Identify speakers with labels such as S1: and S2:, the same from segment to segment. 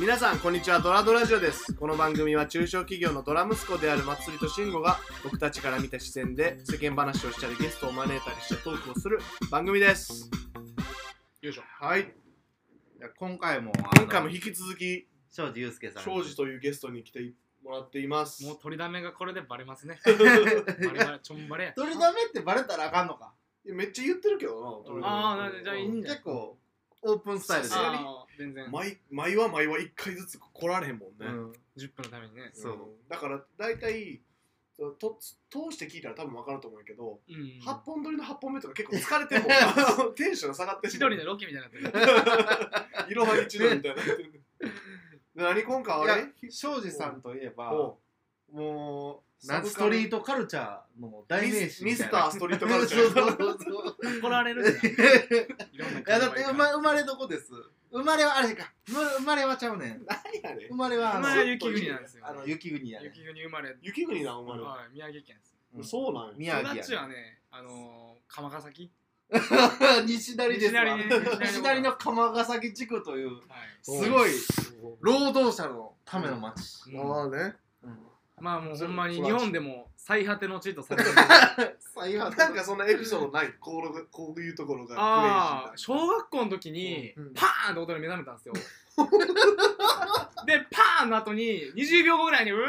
S1: 皆さんこんにちはドラドラジオですこの番組は中小企業のドラ息子であるまつりとしんごが僕たちから見た視線で世間話をしたりゲストを招いたりしてトークをする番組ですよいしょはい
S2: いや今回も
S1: 今回も
S2: あの
S1: 引き続き
S2: 庄司祐介さん
S1: 庄司というゲストに来てもらっています
S3: もう取りだめがこれでバレま すね。
S2: 取
S3: バレバレ、ちょんばれや。
S2: りだめってバレたらあかんのか
S1: いやめっちゃ言ってるけどな
S3: あーなじゃあいいんじゃない
S2: 結構オープンスタイルで
S1: さすがに
S3: あー全然。
S1: 毎毎は毎は1回ずつ来られへんもんね、
S2: うん
S3: 10分のためにね。
S2: そう
S1: うんだから大体と通して聞いたら多分分かると思うんやけど、
S3: うん。
S1: 八8本撮りの8本目とか結構疲れてるもんなテンションが下がって
S3: 千
S1: る
S3: 鳥のロケみたいになってる。
S1: いろは一度みたいになってる何今回あ
S2: い
S1: れ
S2: や庄司さんといえば
S1: お
S2: もう
S1: サブカル
S2: なんストリートカルチャーの代
S1: ミ
S2: 名
S1: ス
S2: 詞
S1: ミ
S2: み
S1: ス
S2: たい
S1: タ
S2: な
S1: ーストリートカルチャー
S2: そうそうそうそう
S3: 怒られる じゃん。いろんない
S2: やだって生ま
S3: い。
S2: 生まれどこです生まれはあれか生ま生まれはちゃうねん
S1: 何やねん
S2: 生まれはあ
S3: 生
S2: の
S3: まれは雪国なんですよ
S2: あ。の雪国やね
S3: 雪国生まれ。
S1: 雪国なお前ら、
S3: はい、宮城県です。
S2: うん
S1: そうなんや
S2: 宮城
S3: 育ち
S2: や
S3: はね、あのー、鎌ヶ崎。
S2: ね西成ですわ
S3: 西成 ね
S2: 西成の鎌ヶ崎地区という
S3: はい。
S2: すごい労働者のための町、
S3: うん
S1: まあね
S3: まあもうほんまに
S1: そ
S3: 日
S1: う
S3: 本でも最果ての地とされてる。
S2: 最悪
S1: なんかそんなエピソードないこうこういうところがクレイジー
S3: ああ
S1: な
S3: 小学校の時に
S2: うん
S3: パーンって音に目覚めたんですよでパーンの後に20秒後ぐらいにうーっ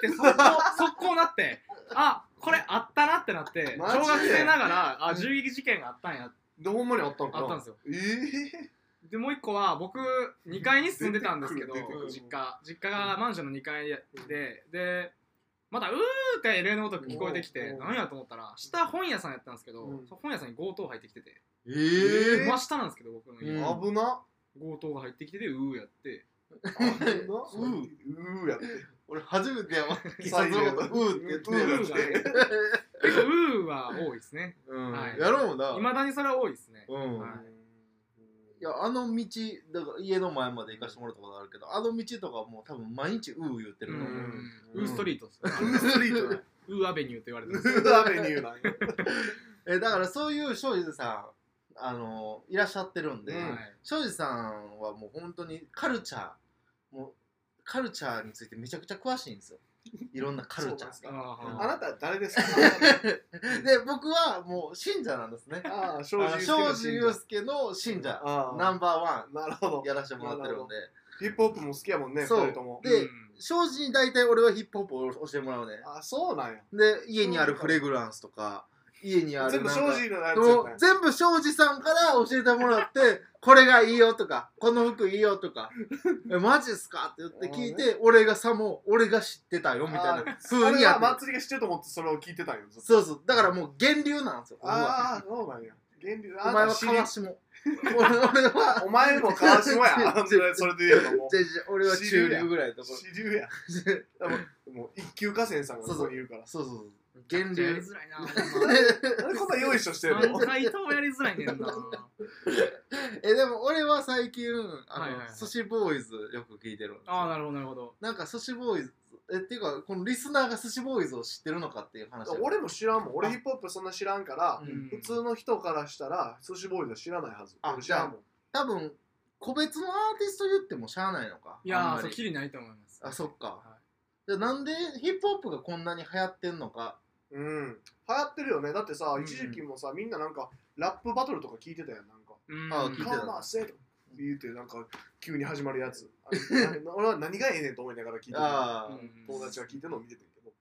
S3: て 速攻速攻なってあこれあったなってなって
S1: マジ
S3: 小
S1: で
S3: 学生ながらあ銃撃事件があったんや
S1: でほんまにあったのかな
S3: あったんですよ
S1: え
S3: でもう一個は僕2階に住んでたんですけど
S1: 出てくる出て
S3: 実
S1: くる
S3: 家実家がマンションの2階ででまたうーって例の音が聞こえてきて
S1: おうおう
S3: 何やと思ったら下本屋さんやったんですけど、
S1: うん
S3: その本屋さんに強盗入ってきてて、
S2: え
S1: え
S3: 真下なんですけど僕の家、
S2: うん
S1: 危な
S3: 強盗が入ってきてでうーやって
S1: 危なう
S2: う
S1: うーやって
S2: 俺初めてやわ
S1: 最
S2: 最
S1: 初
S2: 初のことう
S1: う
S2: ーっ
S1: ー
S2: て言
S1: や
S2: っ
S1: ってて
S3: う ー結構うーは多いですね
S2: うん
S3: はい
S2: やろうない
S3: まだにそれは多いですね
S2: うん
S3: はい
S2: いやあの道だから家の前まで行かしてもらったことあるけどあの道とかもう多分毎日うー言って
S3: う
S2: ると思うん
S3: ウーストリートっす
S1: ウーストリ ートだ
S3: ウーアベニューと言われて
S1: ウ
S3: ます
S1: ーアベニューなんや
S2: えだからそういう庄司さんあのいらっしゃってるんで
S1: うん
S3: はい
S2: 庄司さんはもう本当にカルチャーもうカルチャーについてめちゃくちゃ詳しいんですよいろんなカルチャー
S1: そうなんですかあ
S3: あ
S1: なたは誰 ですか
S2: で僕はもう信者なんですね
S1: ああ、
S2: あの庄
S1: 庄
S2: 司
S1: 司
S2: 祐
S1: 祐
S2: 介の信者
S1: あー
S2: ナンバーワ
S1: なるほど
S2: ン。やらせてもらってるんで
S1: ヒップホップも好きやもんね、二
S2: そう
S1: 人とも。
S3: ー
S2: で
S3: うん
S2: 庄司に大体俺はヒップホップを教えてもらうね
S1: あ、そうなんや。
S2: で家にあるフレグランスとか家にある
S1: 全部
S2: なんか
S1: 庄司のやつやっ
S2: もう
S1: たんや
S2: 全部庄司さんから教えてもらって これがいいよとかこの服いいよとかえマジっすかって言って聞いて俺がさも俺が知ってたよみたいな
S1: そ
S2: 風に
S1: れ
S2: や
S1: は
S2: って
S1: 祭り
S2: る
S1: がしてると思ってそれを聞いてたんよ。ずっと
S2: そうそうだからもう源流なんですよ僕は
S1: ああ、そうなんや。原理
S2: お前は川下俺 俺は
S1: お前も 川島や。
S2: 違う違う
S1: それで言えばもう
S2: じゃじゃ俺は中流ぐらいのとこ ろ
S1: 支流や。
S2: そう
S1: でももう一級河川さんがそこにいるから。
S2: そうそう
S3: めちゃくちゃやりづらいなほんま
S1: なんでこんな用意しとしてるの
S3: 3回ともやりづらいねんな
S2: えでも俺は最近あの、
S3: はいはいはい
S2: 寿司ボーイズよく聞いてるんですよ
S3: ああなるほどなるほど
S2: なんか寿司ボーイズえっていうかこのリスナーが寿司ボーイズを知ってるのかっていう話
S1: 俺も知らんもん。俺ヒップホップそんな知らんから
S2: う、
S3: うん
S1: 普通の人からしたら、寿司ボーイズは知らないはず。
S2: あ
S1: 俺知らんもん。
S2: 多分個別のアーティスト言ってもしゃあないのか
S3: いや
S2: あん
S3: ー
S2: ま
S3: そう
S2: り
S3: きりないと思います
S2: あそっか、
S3: は
S2: じゃあなんでヒップホップがこんなに流行ってんのか
S1: うん、流行ってるよねだってさ、
S3: うん
S1: 一時期もさみんななんかラップバトルとか聞いてたやんなんか
S3: うん
S2: あ
S1: 「
S2: 聞いてた
S1: カーマーせ」とか言うてなんか急に始まるやつあれな 俺は何がええねんと思いながら聞いてた
S2: あ
S3: う
S2: あ、
S3: ん
S1: 友達が聞いてるのを見てたけど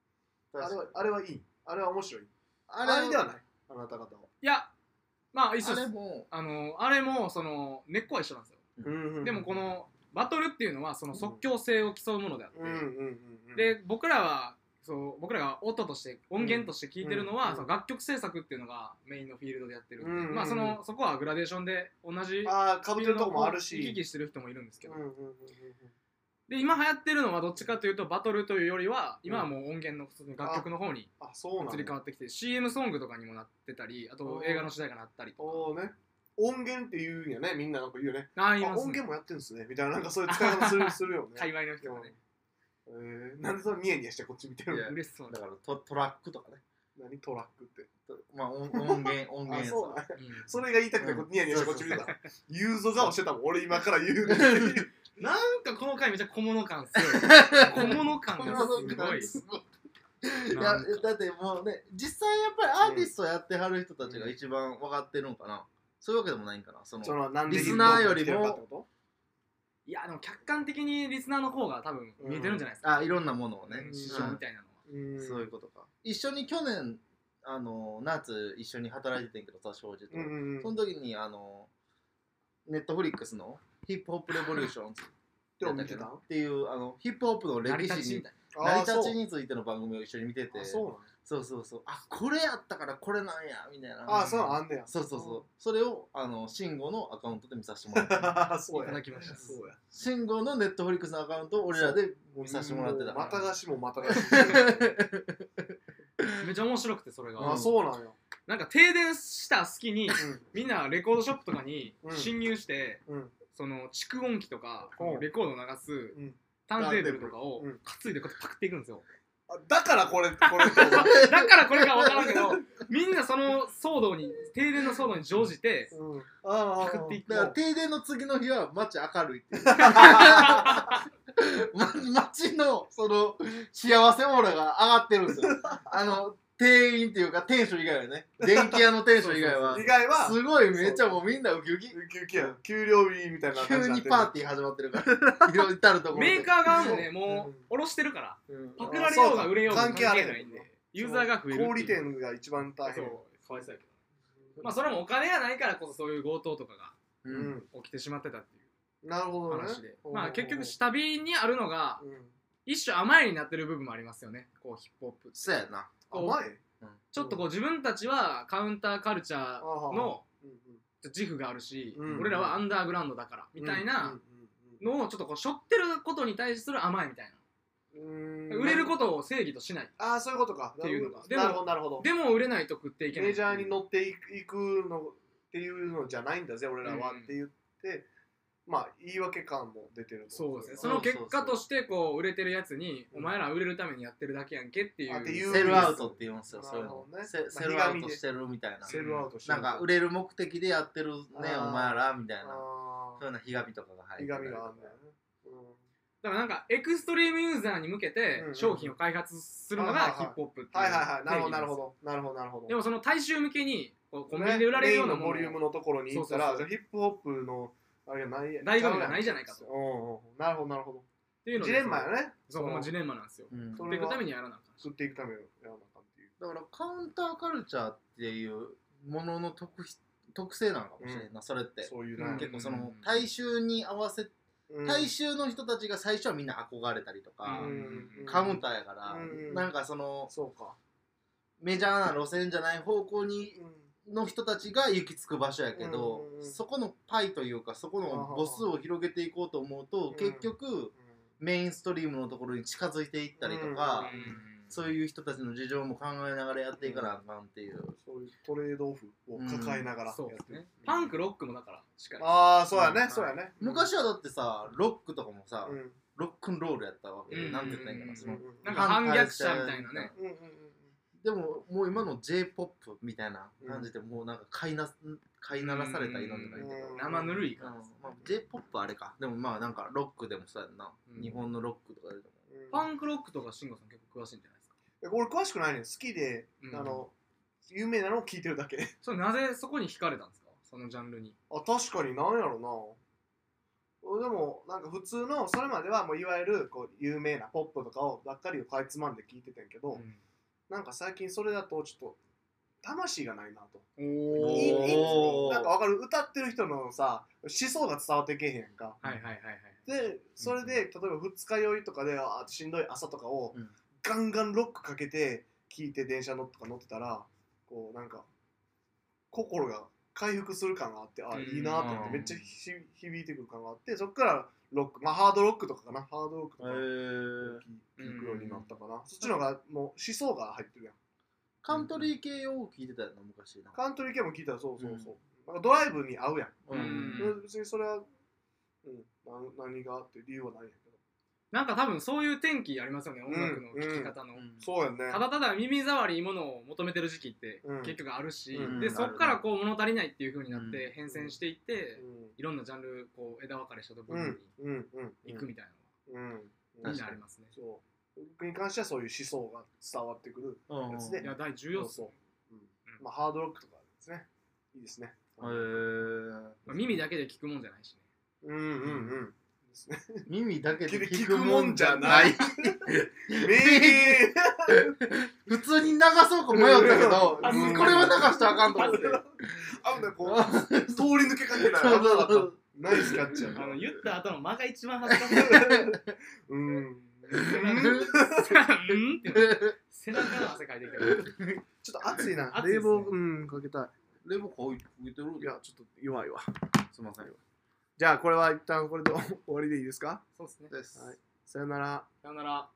S1: あ
S2: 確
S1: れは
S2: かに
S1: あれはいいあれは面白い
S2: あ
S1: あ
S2: れ
S1: れ
S2: あ
S1: ではないあなた方は
S3: はいやまあ一緒で
S2: れ
S3: す
S2: も
S3: あのあれもその根っこは一緒なんですよ
S1: うんうん
S3: でもこのバトルっていうのはその即興性を競うものであって、
S1: うんうんうんうん
S3: で僕らはそう僕らが音として音源として聴いてるのは、
S1: うん
S3: その楽曲制作っていうのがメインのフィールドでやってるんで、
S1: うん
S3: まあ、そのそこはグラデーションで同じ
S1: ああかぶってるとこもある
S3: フィールドを
S1: し
S3: 行き来してる人もいるんですけ
S1: う
S3: ど、
S1: んうんうんうん
S3: で今流行ってるのはどっちかというとバトルというよりは今はもう音源のその楽曲の方に
S1: あそうな
S3: 移り
S1: ん
S3: 変
S1: だ
S3: わってきて CM ソングとかにもなってたりあと映画の主題歌になったりとか
S1: おーね音源って言うんやねみんななんか言うよね
S3: ああ
S1: あ
S3: 言います
S1: 音
S3: ね
S1: 源もやってるんですねみたいななんかそういう使い方する するよね
S3: 界隈の人がね
S1: えー、なんでそんなニヤニヤしてこっち見てる
S2: いや
S3: 嬉しそう
S2: だ
S3: な、
S2: からトトラックとかね
S1: の何トラックって
S2: とまあ音音源音
S1: あ
S2: 源
S1: そうなんや
S3: う ん
S1: それが言いたくてこうニヤニヤしてこっち見てた、言うぞ顔してたもん俺今から言うのに
S3: なんかこの回めっちゃ小物感すごい 小物感が すごい
S2: いや
S3: なんか
S2: だってもうね実際やっぱりアーティストやってはる人たちが一番分かってるのかな、そういうわけでもないんかなその
S1: そのなんで
S2: リスナーよりも
S1: 日本に来てるかってこ
S3: いやでも客観的にリスナーの方が多分見えてるんじゃないですか、
S2: あいろんなものをね、
S3: 師匠みたいなのは、
S1: とうん
S2: そういうことか一緒に去年あの夏一緒に働いててんけどさ庄司と、
S1: うんうんうん
S2: その時にあのネットフリックスのヒップホップレボリューションズ
S1: でも見てた
S2: っていうあのヒップホップの
S3: 成り
S2: 歴
S3: 立ち
S2: 史
S3: み
S2: に
S3: たい
S2: 成り立ち
S1: に
S2: についての番組を一緒に見てて
S1: あそう
S2: そうそうそうあこれやったからこれなんやみたいな
S1: なんあそうあんねや
S2: そうそうそうそれをあの慎吾のアカウントで見させてもら った
S1: あ
S3: な
S1: そ
S3: いうた
S1: や
S3: だきました
S1: そうや
S2: 慎吾のネットフリックスのアカウントを俺らで見させてもらって
S1: うま
S2: た
S1: たがしもまたがし
S3: めっちゃ面白くてそれが、
S1: あそうなんよ
S3: なんか停電した隙にみんなレコードショップとかに
S1: うん
S3: 侵入して、
S1: うんうん
S3: その蓄音機とか
S1: うん
S3: レコードを流す
S1: うん
S3: ターンテーブルとかを
S1: うん
S3: 担いでこうやってパクっていくんですよ
S1: あだからこれこれ
S3: だからこれか分からんけどみんなその騒動に停電の騒動に乗じて
S1: うんあ
S3: パ
S1: あ
S3: クっていく
S2: だから停電の次の日は街明るい っていうま街のその幸せオーラが上がってるんですよあの店員っていうか店主以外はね電気屋の店主以外は
S1: 以外は
S2: すごいめっちゃもうみんなウキウキ
S1: ウキウキやん給料日みたいな感
S2: 急
S1: じ
S2: にパーティー始まってるから いろいろ至るところ
S3: メーカー側もね
S1: う
S3: も
S1: ん
S3: う下ろしてるから
S1: ィー
S3: パクられようが売れようが
S1: 関
S3: 関
S1: 係
S3: 係
S1: あ
S3: な
S1: れ
S3: い
S1: へん
S3: んでユーザーが増えるっていう
S1: 小売店が一番大
S3: そ
S1: 変
S3: うかわいそうやけどまあそれもお金がないからこそそういう強盗とかが
S2: う
S1: うんん
S3: 起きてしまってたっていう
S1: なるほどね
S3: 話で、
S1: うん
S3: まあ結局下火にあるのが
S1: うん
S3: 一種甘えになってる部分もありますよねこうヒップホップ
S2: そうやな
S1: 甘い
S3: ちょっとこう自分たちはカウンターカルチャーの
S1: うん
S3: 自負があるし、
S1: うん
S3: 俺らはアンダーグラウンドだからみたいな
S1: うん
S3: のをちょっとこう背負ってることに対する甘えみたい
S1: うん
S3: な売れることを正義としない
S1: ああそういうことか
S3: っていうのが
S1: なるほどなるほど
S3: でも売れないと食っていけない
S1: メジャーに乗っていくいくのっていうのじゃないんだぜ俺らは
S3: うん
S1: って言ってまあ言い訳感も出てると
S3: そうですね
S2: そ
S3: そうの結果としてこう売れてるやつにお前ら売れるためにやってるだけやんけっていう
S1: あっていう
S2: セルアウトって言うんですよ
S1: な
S2: そういう
S1: るほ
S2: の
S1: どね
S2: セ
S1: まあ
S2: セルアウ
S1: ひが
S2: ト
S1: みで
S2: してるみたいな
S1: セルアウトして
S2: な
S1: る
S2: んか売れる目的でやってるね
S1: あー
S2: お前らみたいな
S1: あ
S2: そういうようなひがみとかが入
S1: ー
S2: って
S1: ひ
S2: た
S1: が
S2: り
S1: み
S2: と
S1: があ
S2: か
S1: るんだよねうん
S3: だからなんかエクストリームユーザーに向けて
S1: うん
S3: 商品を開発するの
S1: はい
S3: が
S1: はい
S3: ヒ
S1: はい
S3: ップホップっていう
S1: はいはいはいなるほどなるほ
S3: ど
S1: どなるほどなるほど
S3: でもその大衆向けにこうコンビニで売られるような
S1: メイン
S3: も
S1: の
S3: の
S1: ボリュームのところに行ったら
S3: そうそうそう
S1: じゃあヒップホップのあれがない
S3: 醍醐味がないじゃないかと
S1: うんうんうんなるほどなるほど
S3: っていうので
S1: ジレンマやね
S3: そうもうジレンマなんですよ
S2: うん
S1: そ
S3: 食っていくためにやらなあかんし
S1: 吸っていくためのやらなあかんっていう
S2: だからカウンターカルチャーっていうものの特ひ特性なのかもしれんな、それって
S1: そういう
S3: う
S1: なん
S2: 結構その
S3: うん
S2: 大衆に合わせ、
S1: うん
S2: 大衆の人たちが最初はみんな憧れたりとか、
S3: うん
S2: カウンターやから、
S1: うん
S2: なんかその
S1: そうか
S2: メジャーな路線じゃない方向にの人たちが行き着く場所やけど、
S1: うん
S2: そこのパイというかそこの母数を広げていこうと思うと、
S1: ん
S2: 結局メインストリームのところに近づいていったりとか、
S1: うん
S2: そういう人たちの事情も考えながらやっていかなあかんっていう。
S1: そういうトレードオフを抱えながらやって
S3: そう
S1: る
S3: ですねパンクロックもだからしっかり
S1: ああそうや
S3: う
S1: ね
S3: ん
S1: そうやね
S2: 昔はだってさロックとかもさ、
S1: うんうん
S2: ロックンロールやったわけで、
S3: うん
S2: なんて言ったらいいんかなそ
S1: うん
S2: の、
S1: うん
S3: なんか反逆者みたいなね
S1: うんうん
S2: でももう今の j p o p みたいな感じでもうなんか飼いな飼いならされた色じゃないけど、
S1: うん
S3: 生ぬるい感じ
S2: まあ、j p o p あれかでもまあなんかロックでもそうやんな、
S3: うん
S2: 日本のロックとかでも
S1: うんうん
S3: パンクロックとか慎吾さん結構詳しいんじゃないですか
S1: え俺詳しくないねん好きで
S3: うん
S1: あの有名なのを聞いてるだけ
S3: それなぜそこに惹かれたんですかそのジャンルに
S1: あ確かになんやろなでもなんか普通のそれまではもういわゆるこう有名なポップとかをばっかりをかいつまんで聞いてたんやけど、なんか最近それだとちょっと魂がないなと
S3: お
S2: おー
S1: いいい
S3: はい
S1: いなんかわかる歌ってる人のさ思想が伝わってけえへんやんか
S3: はいはいはい
S1: でそれで例えば二日酔いとかであーしんどい朝とかを
S2: うん
S1: ガンガンロックかけて聴いて電車乗とか乗ってたらこうなんか心が回復する感があってあ
S3: うん
S1: ーいいなと思ってめっちゃひ響いてくる感があってそっからロックまあハードロックとかかなハードロックとか
S2: へー
S1: 聴くようになったかなそっちの方がもう思想が入ってるやん
S2: カントリー系を聞いてたよな昔な
S1: カントリー系も聴いたらそうそうそうなんかドライブに合うやん
S3: うん
S1: 別にそれは、うん、な何がっていう理由はないんやけど。
S3: なんか多分そういう転機ありますよね音楽の聴き方の、
S1: そうやんね
S3: ただただ耳障りいいものを求めてる時期って
S1: うん
S3: 結局あるし、
S1: うん
S3: で
S2: うん
S3: そこからこう物足りないっていう風になっ
S2: う
S3: て変遷していって、いろんなジャンルこう枝分かれしたとこ
S1: う
S3: ろ
S1: ん
S3: に
S1: うんうん
S3: 行くみたいな
S1: うん
S3: のはみ
S2: 確か
S3: んな
S2: に
S3: ありますね。
S1: そう僕に関してはそういう思想が伝わってくる、
S2: うん
S1: やつで
S3: いや第
S1: そ
S3: 14
S1: う
S3: 層、
S1: そう、うんまあハードロックとかですねいいですね
S2: へー
S3: まあ、耳だけで聞くもんじゃないしね。
S1: うんうんうんですね
S2: 耳だけで
S1: 聞
S2: 聞
S1: く
S2: く
S1: も
S2: も
S1: ん
S2: ん
S1: じ
S2: じ
S1: ゃ
S2: ゃ
S1: な
S2: ないい
S1: 名
S2: 普通に流そうか迷ったけど、
S1: あそう
S2: これは流したらあかんと思って
S1: 言あんなこう通り抜けかけたら危なかったナイスキャッチや
S3: あ
S1: な
S3: の言った後の間が一番恥ずかしい。
S1: うん
S3: うんうんっていうの背中の汗かいてきてる。
S1: ちょっと暑いな
S3: 暑いっすね
S1: 冷房うんかけたい
S2: レモコ置いてる
S1: いやちょっと弱いわ
S2: すみません
S1: じゃあこれは一旦これで終わりでいいですか
S3: そうですね。
S2: です、
S1: はいさよなら
S3: さよなら。